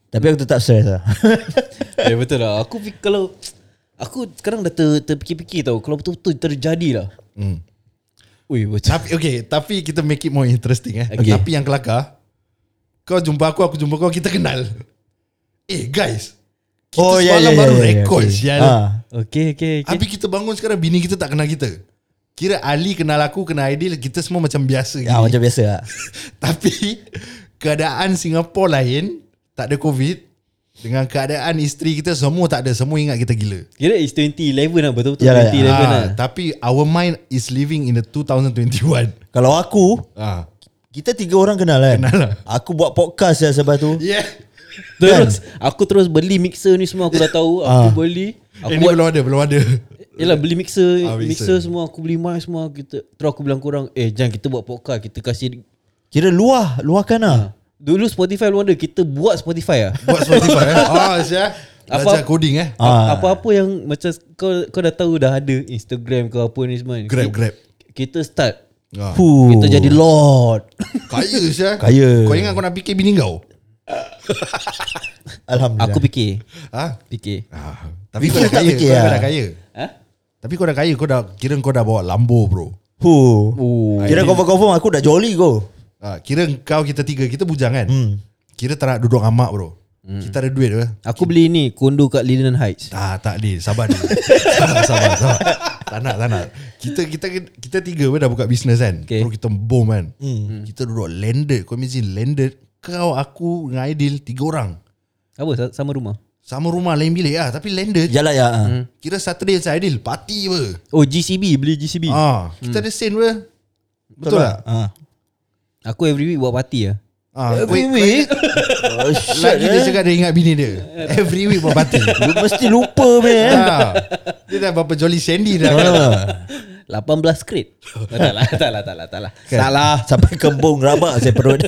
S3: Tapi aku tetap stress lah
S1: Ya betul lah Aku fikir kalau Aku sekarang dah ter, terfikir-fikir tau Kalau betul-betul terjadi lah
S2: Hmm.
S1: Ui macam
S2: Tapi okay Tapi kita make it more interesting eh okay.
S1: Okay.
S2: Tapi yang kelakar Kau jumpa aku Aku jumpa kau Kita kenal Eh guys Kita
S3: Oh, ya,
S2: semalam
S3: ya, ya,
S2: baru
S3: ya, ya,
S2: record
S3: okay.
S2: sial.
S3: Ah.
S1: Okay okay okay
S2: Habis kita bangun sekarang Bini kita tak kenal kita Kira Ali kenal aku Kenal Aidil Kita semua macam biasa
S1: Ya,
S2: gini.
S3: Ah, macam biasa lah
S2: Tapi Keadaan Singapura lain Tak ada covid Dengan keadaan isteri kita Semua tak ada Semua ingat kita gila
S1: Kira is 2011 lah Betul-betul
S3: Yalah,
S1: 2011 lah
S2: Ah, Tapi our mind Is living in the 2021
S3: Kalau aku
S2: ah.
S3: Kita tiga orang kenal kan
S2: Kenal lah.
S3: Aku buat podcast ya sebab tu
S2: Yeah Kan?
S1: Terus Aku terus beli mixer ni semua Aku dah tahu
S2: Ah.
S1: Aku beli Aku
S2: Aku Ini
S1: buat
S2: belum ada Belum ada
S1: Yelah beli mixer
S2: Ah, mixer.
S1: Mixer semua Aku beli mic semua kita Terus aku bilang korang Eh jangan kita buat podcast Kita kasih
S3: Kira luah Luahkan lah
S1: Dulu Spotify belum ada Kita buat Spotify lah
S2: Buat Spotify eh. Oh, Syah. Belajar
S1: Apa-
S2: coding eh.
S1: Ah. Apa-apa yang macam kau kau dah tahu dah ada Instagram ke apa ni semua. ni. Ki-
S2: Grab, grab.
S1: Kita start.
S2: Ah.
S3: Fuh.
S1: Kita jadi lord.
S2: Kaya Syah.
S3: Kaya.
S2: Kau ingat kau nak fikir bini kau?
S3: Alhamdulillah
S1: Aku fikir.
S2: Ha?
S1: Fikir.
S2: Ah. Tapi kau
S3: Fikir
S2: dah
S3: tak
S2: kaya.
S3: fikir,
S2: Kau dah-
S3: ah.
S2: kau dah kaya.
S1: Ha?
S2: Tapi kau dah kaya. Kau dah kira kau dah bawa Lambo bro.
S3: Huh.
S1: Oh.
S3: Kira confirm-confirm aku dah jolly ko
S2: Ah, kira kau kita tiga kita bujang kan. Kira tak nak duduk amak bro. Kita ada duit ke?
S1: Aku beli ni kondo kat Linden Heights.
S2: Tak, tak ni. Sabar dulu. sabar, sabar, sabar. Tak nak, tak nak. Kita kita kita tiga pun dah buka bisnes kan.
S1: Okay.
S2: Okay. Terus kita boom kan. Hmm. Kita duduk landed. Kau imagine landed. Kau, aku, dengan Aidil, tiga orang.
S1: Apa sa- sama rumah?
S2: Sama rumah lain bilik lah Tapi landed
S3: Jalan ya ah.
S1: Hmm.
S2: Kira Saturday macam Aidil Party apa
S1: Oh GCB beli
S3: Hmm.
S1: GCB.
S2: ah, Kita ada scene apa Betul tak?
S3: Ah.
S1: Aku every week buat party lah.
S2: Ah, kau-
S3: Every week oh, shit,
S2: Lagi dia
S3: eh.
S2: cakap dia ingat bini dia Every week buat party
S3: Lu mesti lupa man
S2: ah, Dia dah berapa Jolly Sandy dah kan?
S3: Ah.
S1: 18 crate. tak lah, tak lah, tak lah, tak lah.
S3: Salah Ah, Sampai kembung rabak Saya perut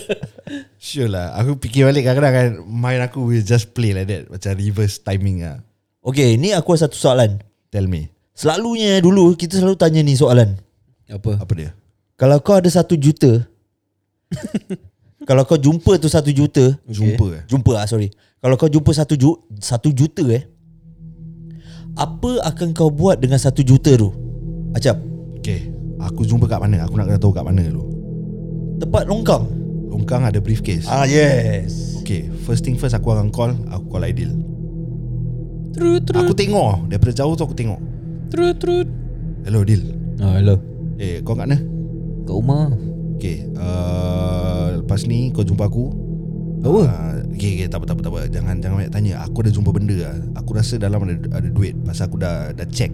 S2: Sure lah Aku fikir balik kadang-kadang kan Mind aku will just play like that Macam reverse timing lah
S3: Okay ni aku ada satu soalan
S2: Tell me
S3: Selalunya dulu Kita selalu tanya ni soalan
S1: Apa?
S2: Apa dia
S3: Kalau kau ada satu juta Kalau kau jumpa tu satu juta
S2: Jumpa eh?
S3: Jumpa ah sorry Kalau kau jumpa satu, ju- satu juta eh Apa akan kau buat dengan satu juta tu Acap
S2: Okay Aku jumpa kat mana Aku nak kena tahu kat mana dulu
S3: Tempat longkang
S2: Longkang ada briefcase
S3: Ah yes
S2: Okay First thing first aku akan call Aku call Aidil
S1: True, true,
S2: Aku tengok Daripada jauh tu aku tengok
S1: true, true.
S2: Hello Dil
S1: Oh, hello.
S2: Eh kau kat mana?
S1: Kat rumah.
S2: Okay uh, Lepas ni kau jumpa aku
S1: Apa?
S2: uh, okay, okay tak apa tak apa, tak apa. Jangan, jangan banyak tanya Aku dah jumpa benda lah Aku rasa dalam ada, ada duit Pasal aku dah, dah check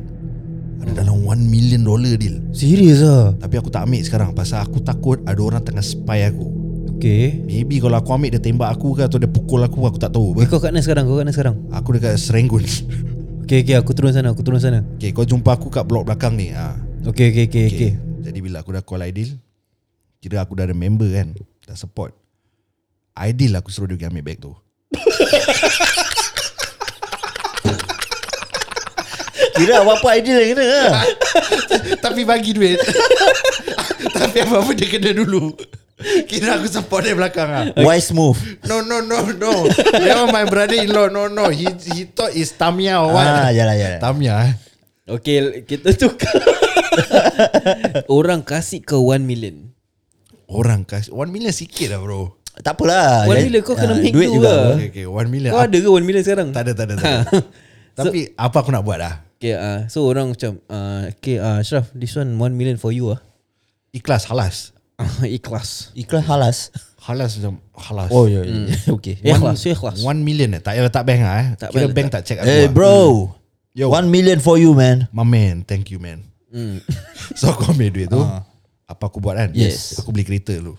S2: Ada dalam 1 million dollar Dil
S3: Serius ah
S2: Tapi aku tak ambil sekarang Pasal aku takut ada orang tengah spy aku
S1: Okay.
S2: Maybe kalau aku ambil dia tembak aku ke Atau dia pukul aku Aku tak tahu
S1: Eh,
S2: apa.
S1: kau kat mana sekarang? Kau kat mana sekarang?
S2: Aku dekat Serenggun
S1: Okay, okay. Aku turun sana. Aku turun sana.
S2: Okay kau jumpa aku kat blok belakang ni ha.
S1: Okay, okay, okay. okay.
S2: Okay. Jadi bila aku dah call Aidil Kira aku dah ada member kan Dah support Aidil lah aku suruh dia pergi ambil bag tu
S3: Kira apa-apa ideal yang kena lah.
S2: Tapi bagi duit Tapi apa-apa dia kena dulu Kira aku support dia belakang lah
S3: Wise move
S2: No no no no That one my brother-in-law No no He he thought is Tamia or what
S3: Ah yalah yalah
S2: Tamia eh
S1: Okay, kita tukar. Orang kasih kau 1 million.
S2: Orang kasih 1 million sikit lah bro
S3: Tak apalah
S1: One
S3: Jadi-
S1: million kau kena
S3: ah,
S1: make
S3: duit
S1: do
S3: juga
S1: lah.
S3: apa.
S2: Okay okay 1 million
S1: Kau ada ke 1 million sekarang?
S2: Tak ada tak ada, tak ada. Tapi apa aku nak buat lah
S1: Okay, uh, so orang macam, uh, okay, uh, Ashraf, this one 1 million for you ah.
S2: Ikhlas halas
S1: Uh. ikhlas.
S3: Iklan halas
S2: Halas macam Halas
S3: Oh ya ya Okay
S1: Eh, Ikhlas, so ikhlas.
S2: One million eh Tak payah letak bank lah eh
S1: Tak
S2: Kira
S1: payah
S2: bank tak check aku
S3: Eh
S2: lah.
S3: bro
S2: Yo.
S3: One million for you man
S2: My man Thank you man
S1: Hmm.
S3: Ah.
S2: So aku ambil duit tu apa aku buat kan?
S3: Yes.
S2: Aku beli kereta dulu.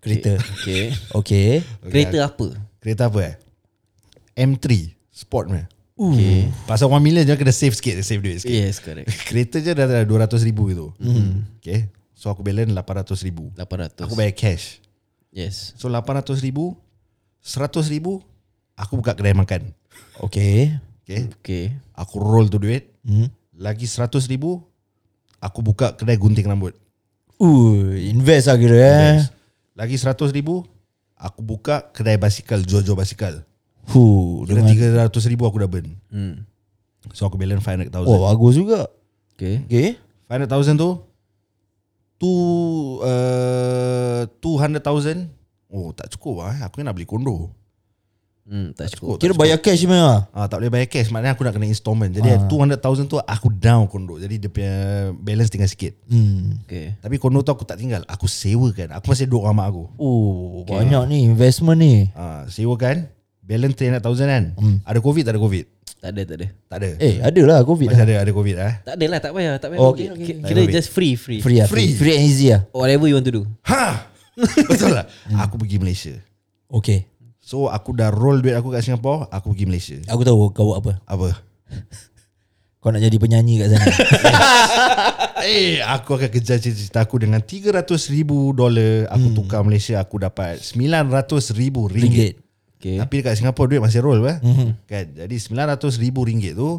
S3: Kereta
S1: Okay.
S3: Okay
S1: Kereta apa?
S2: Kereta apa eh? M3 Sport punya. Okay. Pasal 1 million je kena save sikit, save duit sikit.
S1: Yes, correct.
S2: Kereta je dah dah 200 ribu gitu.
S1: Hmm.
S2: Mm. Okay. So aku balance 800 ribu.
S1: 800.
S2: Aku bayar cash.
S1: Yes.
S2: So 800 ribu, 100 ribu, aku buka kedai makan.
S3: Okay
S2: Okay.
S1: Okay.
S2: Aku roll tu duit.
S3: hmm.
S2: Lagi 100 ribu, aku buka kedai gunting rambut.
S3: Uh, invest lah kira eh
S2: Yes. Lagi 100 ribu, aku buka kedai basikal, jual-jual basikal.
S3: Huh,
S2: Kira 300
S3: dengan,
S2: ribu aku dah burn.
S1: Hmm.
S2: So aku balance 500,000.
S3: oh bagus juga
S1: Okay.
S3: Okay
S2: 500,000 tu tu uh, 200,000 oh tak cukup ah aku ni nak beli kondo
S1: Hmm, tak cukup.
S2: cukup
S3: Kira bayar cash punya lah
S2: ah, tak boleh bayar cash maknanya aku nak kena installment jadi ah. 200,000 tu aku down kondo jadi dia punya balance tinggal sikit
S3: hmm.
S1: Okay.
S2: tapi kondo tu aku tak tinggal aku sewakan aku masih duduk dengan mak aku
S3: Oh, okay. banyak ni investment ni
S2: ah, sewakan balance 300,000 kan hmm. ada covid tak ada covid
S1: Tak ada, tak ada.
S2: tak ada eh,
S3: Eh ada lah covid
S2: masih
S3: lah
S2: ada ada covid ah
S1: Tak ada lah, tak payah. Tak payah.
S3: Oh, okay, okay,
S1: Kira
S2: okay.
S1: just free, free. Oh,
S3: Free lah
S2: Free.
S3: free. free and easy lah
S1: Whatever you want to do.
S2: ha betul lah aku pergi Malaysia
S3: Okay
S2: so aku dah roll duit aku kat Singapore aku pergi Malaysia
S3: Aku tahu kau buat apa
S2: apa
S3: Kau nak jadi penyanyi kat sana
S2: Eh, aku akan kejar cita-cita aku dengan 300 ribu dolar. Aku hmm. tukar Malaysia, aku dapat 900 ribu ringgit.
S3: Ringgit
S1: Okay.
S2: Tapi dekat Singapura duit masih roll eh? mm-hmm. kan? Jadi 900 ribu ringgit tu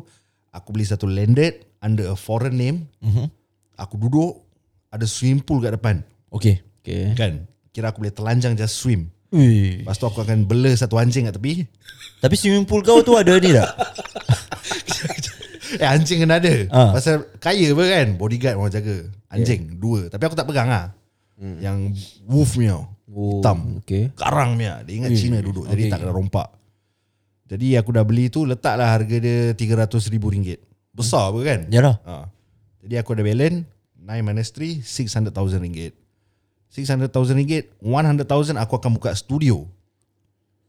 S2: aku beli satu landed under a foreign name. Mm-hmm. Aku duduk ada swimming pool kat depan
S3: Okay
S1: Okay.
S2: kan. Kira aku boleh terlanjang just swim.
S3: Ui.
S2: Lepas tu aku akan bela satu anjing kat tepi.
S3: Tapi swimming pool kau tu ada ni tak?
S2: Eh anjing kena ada
S3: Ah.
S2: Pasal kaya apa kan Bodyguard orang jaga Anjing yeah. Dua Tapi aku tak pegang lah hmm. Yang wolf punya
S1: Oh,
S2: Hitam
S1: okay.
S2: Karang punya Dia ingat Cina duduk Jadi
S3: okay.
S2: tak kena rompak Jadi aku dah beli tu Letaklah harga dia RM300,000 Besar apa kan
S3: Yalah
S2: ha. Jadi aku ada balance 9 minus 3 600,000 ringgit 600,000 ringgit 100,000 aku akan buka studio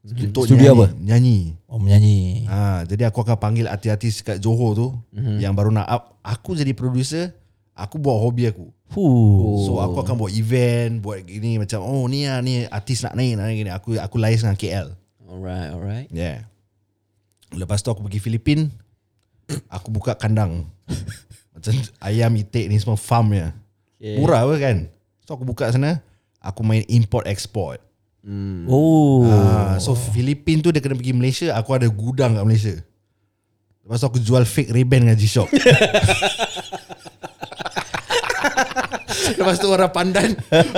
S2: Untuk nyanyi,
S3: Studio apa?
S2: Nyanyi
S3: Oh menyanyi
S2: Ha, jadi aku akan panggil artis-artis kat Johor tu
S3: Mhm.
S2: mm-hmm. yang baru nak up. Aku jadi producer, aku buat hobi aku.
S3: Huh.
S2: So aku
S3: Oh.
S2: akan buat event, buat gini macam oh ni lah ni artis nak naik nak naik gini. Aku aku liaise dengan KL.
S1: Alright, alright.
S2: Yeah. Lepas tu aku pergi Filipin, aku buka kandang. macam ayam itik ni semua farm ya.
S1: Okay.
S2: Murah apa kan? So aku buka sana, aku main import export.
S1: Hmm.
S3: Oh.
S2: Ah, so Filipin tu dia kena pergi Malaysia Aku ada gudang kat Malaysia Lepas tu aku jual fake Ray-Ban dengan G-Shock Lepas tu orang pandan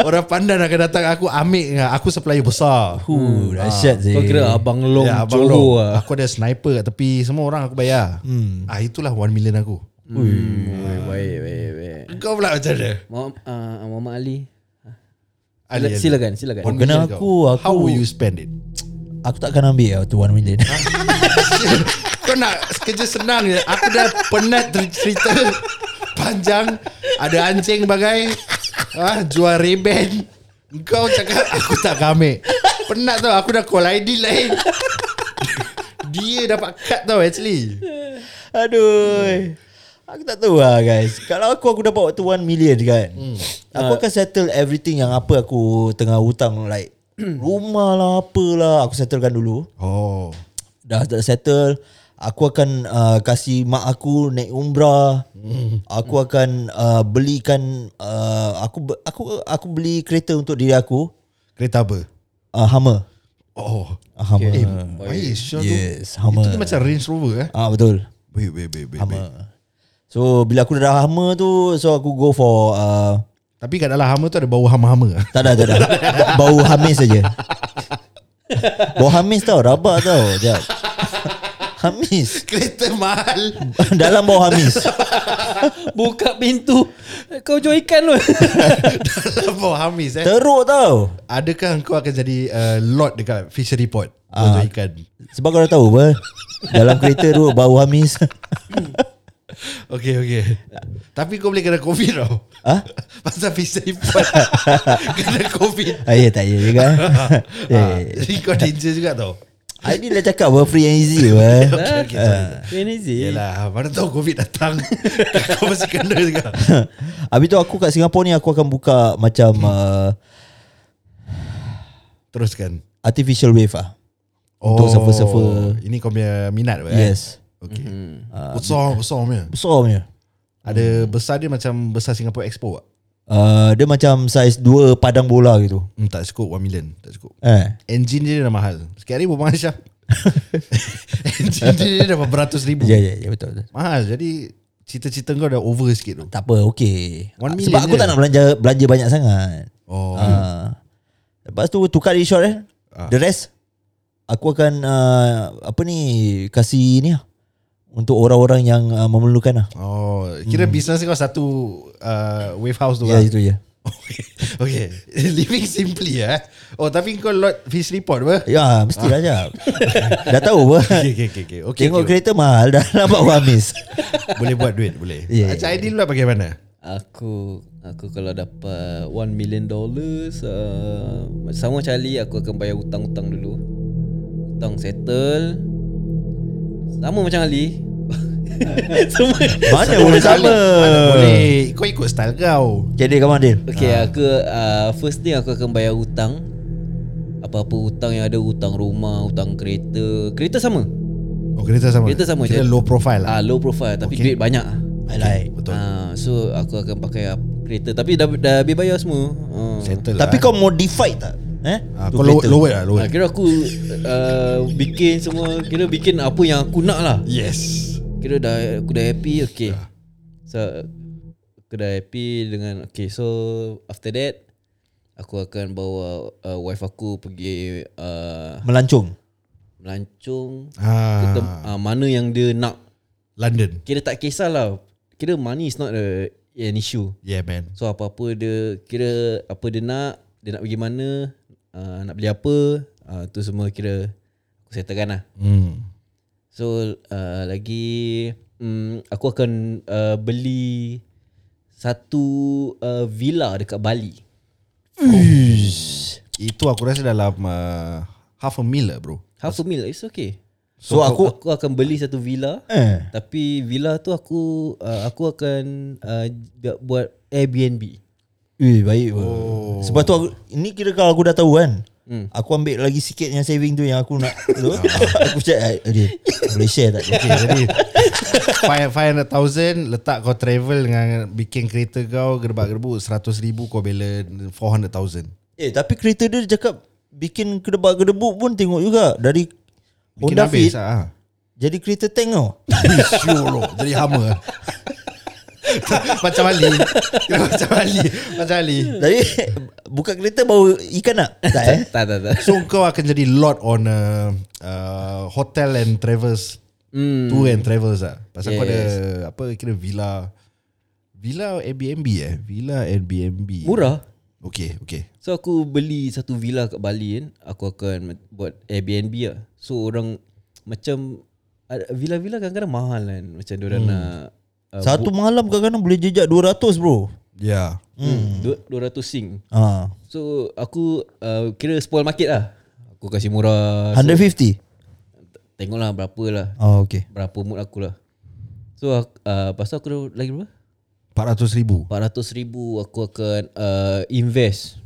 S2: Orang pandan akan datang Aku ambil Aku supplier besar
S3: Huh, dahsyat sih.
S1: Kau kira abang long ya, abang Johor
S2: Long.
S1: lah.
S2: Aku ada sniper kat tepi Semua orang aku bayar hmm. ah, Itulah 1 million aku
S1: Hmm. Baik, baik, baik, baik.
S2: Kau pula macam mana?
S1: Muhammad, uh, Muhammad Ali.
S2: Ali, Ali.
S1: Silakan, silakan.
S2: One
S3: Kenal
S2: million
S3: aku,
S2: kau.
S3: aku-
S2: How will you spend it?
S3: Aku takkan ambil lah tu 1 million.
S2: Kau nak kerja senang je Aku dah penat cer- cerita Panjang Ada anjing bagai ah, Jual reben Kau cakap aku tak kami Penat tau Aku dah call ID lain Dia dapat cut tau actually
S3: Aduh. Aku tak tahu lah guys. Kalau aku aku dapat waktu 1 million kan. Hmm.
S2: Ah.
S3: Aku akan settle everything yang apa aku tengah hutang like rumah lah apalah aku settlekan dulu.
S2: Oh
S3: Dah dah settle Aku akan uh, kasih mak aku naik umrah.
S2: Hmm.
S3: Aku akan uh, belikan uh, aku be- aku aku beli kereta untuk diri aku.
S2: Kereta apa?
S3: Uh, Hummer.
S2: Oh
S3: Uh, Hummer.
S2: Eh baik sure
S3: Yes,
S2: tu Itu
S3: Hummer.
S2: tu macam Range Rover eh
S3: Ah betul.
S2: Baik baik baik, baik, baik.
S3: Hummer. Ha. So bila aku dah Hummer tu so aku go for uh,
S2: Tapi kat dalam Hummer tu ada bau hama-hama
S3: tak ada tak ada. Ba- Bau hamis saja. Bau hamis tau, rabak tau. Jap. Hamis.
S2: Kereta mahal
S3: Dalam bau hamis.
S1: Buka pintu. Kau jual ikan tu.
S2: Dalam bau hamis eh
S3: Teruk tau.
S2: Adakah kau akan jadi uh, Lord dekat fishery port
S3: Ah.
S2: Untuk ikan
S3: Sebab kau dah tahu apa Dalam kereta tu bau hamis
S2: Okay okay Tapi kau boleh kena covid tau
S3: Ha?
S2: Pasal fishery port Kena covid
S3: Ah, ya tak ya juga
S2: ha, Jadi kau danger juga tau
S3: Aidil dah cakap apa Free and easy apa eh?
S2: Okay, okay, sorry.
S1: Kan easy
S2: Yelah Mana tahu COVID datang Kau masih kena juga
S3: Habis tu aku kat Singapura ni Aku akan buka Macam uh,
S2: Teruskan Oh,
S3: Artificial wave lah Untuk surfer-surfer
S2: Ini kau punya minat apa, eh?
S3: Yes Ah,
S2: Okay mm-hmm. Besar Besar punya
S3: Besar punya Hmm.
S2: Ada besar dia macam Besar Singapore Expo tak?
S3: uh, Dia macam size dua padang bola gitu
S2: Hmm, tak cukup 1 million Tak cukup
S3: Eh
S2: Engine dia dah mahal Sekali hari berbual dengan Syah Engine dia dah berapa ratus ribu
S3: Ya ya ya betul betul
S2: Mahal Jadi Cita-cita kau dah over sikit tu
S3: Tak apa okay
S2: One million
S3: Sebab aku
S2: je.
S3: tak nak belanja Belanja banyak sangat
S2: Oh
S3: Ah. Lepas tu tukar di short eh.
S2: Ah.
S3: The rest aku akan uh, apa ni kasih ni lah. Untuk orang-orang yang uh, memerlukan lah.
S2: Oh Kira bisnes kau satu uh, Wave house tu
S3: Ya
S2: lah
S3: itu je.
S2: Okay, okay. Living simply eh. Oh tapi kau lot fish report apa?
S3: Ya mesti
S2: Ah.
S3: lah jap. dah tahu apa.
S2: Okay, okay, okay, okay. okay,
S3: Tengok
S2: okay.
S3: kereta mahal dah nampak wamis.
S2: Boleh buat duit boleh.
S3: Ya,
S2: Yeah, Macam ideal lah bagaimana?
S1: Aku Aku kalau dapat 1 million dollars uh, Sama macam Ali Aku akan bayar hutang-hutang dulu Hutang settle Sama macam Ali Semua
S3: Mana boleh sama.
S2: Mana boleh. Kau ikut style kau.
S3: Jadi kamu Adil.
S1: Okay
S2: Ah.
S1: aku uh, First thing aku akan bayar hutang Apa-apa hutang yang ada Hutang rumah Hutang kereta Kereta sama
S2: Oh kereta sama.
S1: Kereta sama
S2: Kira
S1: je.
S2: low profile
S1: ah,
S2: lah.
S1: Low profile Tapi
S2: Okay.
S1: duit banyak
S3: I like.
S2: Betul.
S1: Ah, so aku akan pakai ah, kereta tapi dah dah habis bayar semua. Ah.
S2: Settle
S3: Tapi
S2: lah.
S3: kau modify tak? Eh?
S2: Ah,
S3: Tu
S2: kau lower,
S3: kereta.
S2: lower lah lower.
S1: Ah, kira aku uh, bikin semua kira bikin apa yang aku nak lah.
S2: Yes.
S1: Kira dah aku dah happy okay.
S2: Ah.
S1: So aku dah happy dengan okay so after that aku akan bawa uh, wife aku pergi uh,
S3: Melancung.
S1: melancung ke
S2: Ah,
S1: tem- ah, mana yang dia nak.
S2: London.
S1: Kira tak kisahlah. Kira money is not a, an issue.
S2: Yeah man.
S1: So apa-apa dia kira apa dia nak, dia nak pergi mana, uh, nak beli apa, uh, tu semua kira aku settlekan lah.
S2: Hmm.
S1: So uh, lagi um, aku akan uh, beli satu uh, villa dekat Bali.
S2: Itu aku rasa dalam uh, half a meal lah bro.
S1: Half a meal, it's okay.
S3: So aku
S1: aku akan beli satu villa.
S3: eh
S1: Tapi villa tu aku uh, aku akan uh, buat- buat Airbnb.
S3: Eh baik oh. Sebab tu aku, Ini kira kalau aku dah tahu kan hmm. Aku ambil lagi sikit yang saving tu Yang aku nak tu. Aku cakap Okay Boleh share tak
S2: Okay, jadi 500,000 letak kau travel dengan bikin kereta kau gerbak-gerbu 100,000 kau bela 400,000.
S3: Eh tapi kereta dia dia cakap Bikin kedebak-kedebuk pun tengok juga Dari
S2: Bikin
S3: Honda Fit
S2: ah.
S3: Jadi kereta tank tau
S2: Syuruh Jadi hama Macam Ali Kira Macam Ali Macam Ali
S3: Jadi Buka kereta baru ikan nak Tak eh
S1: tak tak tak.
S2: So kau akan jadi lot on uh, uh, Hotel and travels
S1: Hmm,
S2: mm. Tour and travels lah Pasal yes. kau ada Apa kira villa Villa or Airbnb eh Villa Airbnb
S1: Murah.
S2: Okay okay
S1: So aku beli satu villa kat Bali kan Aku akan buat Airbnb lah So orang macam ada- Villa-villa kadang-kadang mahal kan Macam diorang hmm. nak uh,
S3: Satu malam kadang-kadang boleh jejak 200 bro
S2: Yeah
S1: hmm. du- 200 sing
S3: ha.
S1: So aku uh, kira spoil market lah Aku kasih murah so,
S3: 150
S1: Tengoklah berapa lah
S3: Oh okay
S1: Berapa mood aku lah So ak- uh, pasal aku dah lagi berapa?
S2: 400 ribu
S1: 400 ribu aku akan uh, invest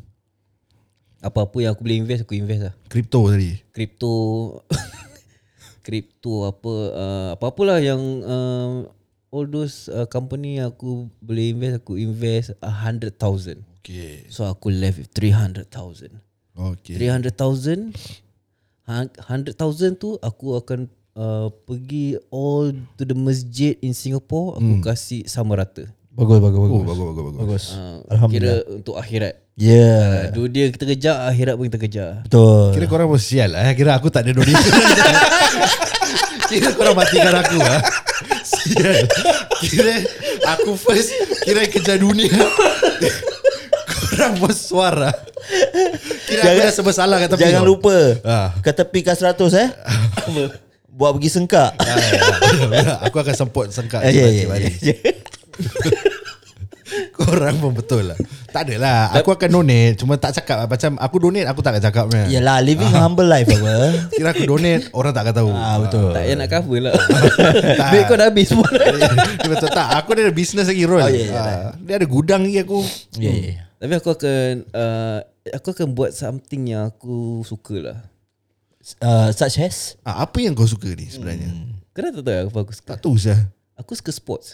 S1: Apa-apa yang aku boleh invest aku invest lah
S2: Crypto tadi
S1: kripto kripto apa uh, apa-apalah yang uh, all those uh, company yang aku boleh invest aku invest 100,000
S2: Okay
S1: so aku left with 300,000
S2: Okay
S1: 300,000 ha- 100,000 tu aku akan uh, pergi all to the masjid in Singapore aku hmm. kasih sama rata
S3: Bagus bagus
S2: Oh
S3: bagus
S2: bagus bagus bagus,
S3: Bagus
S1: uh,
S3: Alhamdulillah
S1: kira untuk akhirat
S3: Yeah Uh.
S1: uh, dunia kita kejar akhirat pun kita kejar
S3: Betul
S2: Kira korang pun sial lah eh. Kira aku tak ada dunia Kira korang matikan aku lah Sial Kira aku first Kira kejar dunia Korang pun suara Kira jangan, aku dah serba salah kat tepi
S3: Jangan
S2: tau.
S3: lupa
S2: Ah.
S3: Kat tepi kas 100 eh Buat pergi sengkak
S2: Ah, ya, ya. Aku akan semput sengkak
S3: Eh, ya, ya,
S2: sebalik-sebalik.
S3: ya.
S2: Korang pun betul lah Tak adalah Aku akan donate Cuma tak cakap lah. Macam aku donate Aku tak akan cakap punya.
S3: Yalah living a humble life apa
S2: Kira aku donate Orang tak akan tahu
S3: Ha. Ah betul
S1: Tak payah nak cover lah Duit kau dah habis semua
S2: Dia betul tak Aku ada business lagi Rol
S3: Oh, ya, ya,
S2: Ah, Dia ada gudang lagi aku
S3: Ya ya ya.
S1: Tapi aku akan uh, Aku akan buat something yang aku suka lah
S3: Uh, Such as
S2: ah, Apa yang kau suka ni sebenarnya hmm.
S1: Kenapa tak tahu apa aku suka
S2: Tak tahu sah
S1: Aku suka sports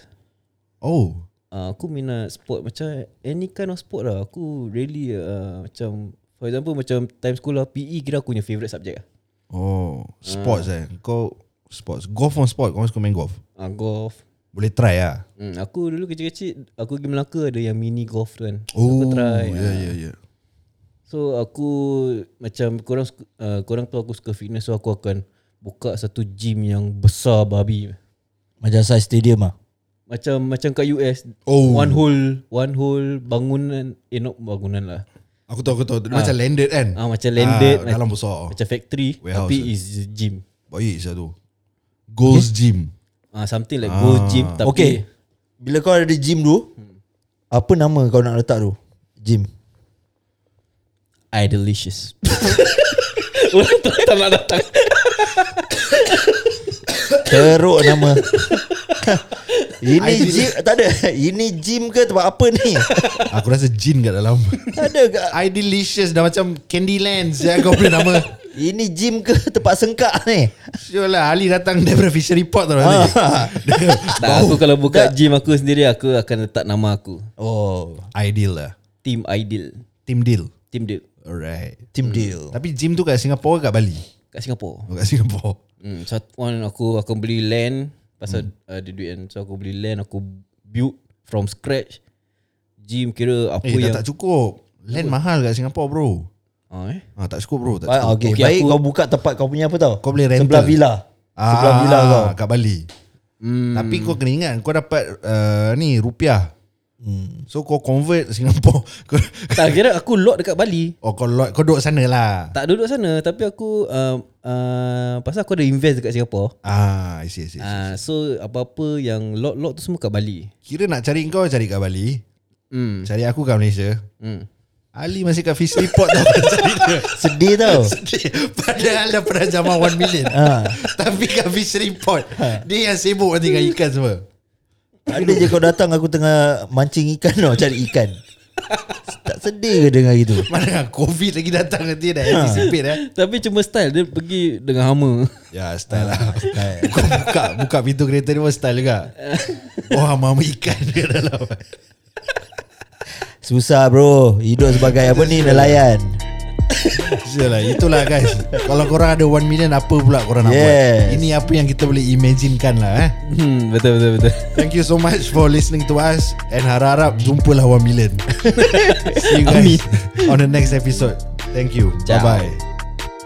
S2: Oh
S1: uh, Aku minat sport macam Any kind of sport lah Aku really uh, Macam For example macam Time sekolah PE kira aku punya favourite subject lah
S2: Oh Sports eh Kau Sports Golf on sport Kau suka main golf
S1: uh, Golf
S2: Boleh try lah
S1: Hmm, aku dulu kecil-kecil Aku pergi Melaka ada yang mini golf tu kan So,
S2: Oh
S1: Aku try
S2: Ya ya ya
S1: So aku Macam korang suka- uh, Korang tahu aku suka fitness So aku akan Buka satu gym yang besar babi
S3: Macam size stadium lah
S1: Macam macam kat US
S2: Oh.
S1: One whole One whole bangunan Eh not bangunan lah
S2: Aku tahu aku tahu Dia Macam landed kan
S1: Ah, Macam landed
S2: ah,
S1: macam,
S2: Dalam besar
S1: macam factory
S2: Warehouse
S1: Tapi
S2: eh.
S1: is gym
S2: Baik satu Goals gym
S1: Ah, Something like go gym Tapi
S3: Okay Bila kau ada gym tu Apa nama kau nak letak tu Gym
S1: I delicious Orang tu tak nak datang
S3: Teruk nama Ini
S2: I did-
S3: gym Tak ada Ini gym ke tempat apa ni
S2: Aku rasa jin kat dalam
S3: Tak ada ke
S2: I delicious Dah macam Candyland Saya kau punya nama
S3: Ini gym ke tempat sengkak ni
S2: Sure lah Ali datang daripada Fishery Port tau nanti Dia
S1: Tak aku kalau buka gym aku sendiri Aku akan letak nama aku
S3: Oh
S2: Ideal lah
S1: Team Ideal
S2: Team deal
S1: Team Deal
S2: Alright Hmm.
S3: Team deal
S2: Tapi gym tu kat Singapura ke kat Bali?
S1: Kat Singapore
S2: Oh, kat Singapura
S1: Hmm, so one aku aku beli land pasal hmm. ada duit kan. So aku beli land aku build from scratch. Gym kira apa
S2: Eh
S1: yang
S2: dah tak cukup Land mahal kat Singapura bro
S1: Ah, eh?
S2: ah, Tak cukup bro tak cukup.
S3: Ba- okay,
S1: Okay,
S3: Baik
S1: aku-
S3: kau buka tempat kau punya apa tau
S2: Kau boleh rental.
S3: Sebelah villa ah, Sebelah villa kau
S2: Ah, Kat Bali
S1: Hmm.
S2: Tapi kau kena ingat Kau dapat uh, ni rupiah So kau convert Singapura kau,
S1: tak kira aku lot dekat Bali.
S2: Oh kau, lot- kau duduk sana lah
S1: Tak duduk sana tapi aku uh, uh, pasal aku ada invest dekat Singapore.
S2: Ah, I see, I see. I see.
S1: Ah, so apa-apa yang lot-lot tu semua kat Bali.
S2: Kira nak cari kau cari kat Bali,
S1: Hmm.
S2: cari aku kat Malaysia.
S1: Hmm.
S2: Ali masih kat Fish Report tau kau cari dia.
S3: Sedih tau
S2: Padahal dah pernah zaman 1 million Tapi kat Fish Report Dia yang sibuk nanti dengan ikan semua
S3: Ada je kau datang Aku tengah mancing ikan tau Cari ikan Tak sedih ke dengar gitu
S2: Mana dengan Covid lagi datang nanti Dah anticipate eh
S1: Tapi cuma style dia pergi dengan hammer.
S2: Ya style lah Buka, buka, buka pintu kereta ni pun style juga Wah mama ikan dia dalam
S3: Susah bro Hidup sebagai apa ni Nelayan
S2: Yalah, itulah guys Kalau korang ada 1 million Apa pula korang nak buat
S3: Yes.
S2: Ini apa yang kita boleh imaginekan lah eh
S1: Hmm, betul betul betul.
S2: Thank you so much for listening to us And harap-harap jumpalah 1 million See you guys on the next episode Thank you
S1: Ciao.
S2: Bye-bye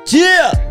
S3: Cheer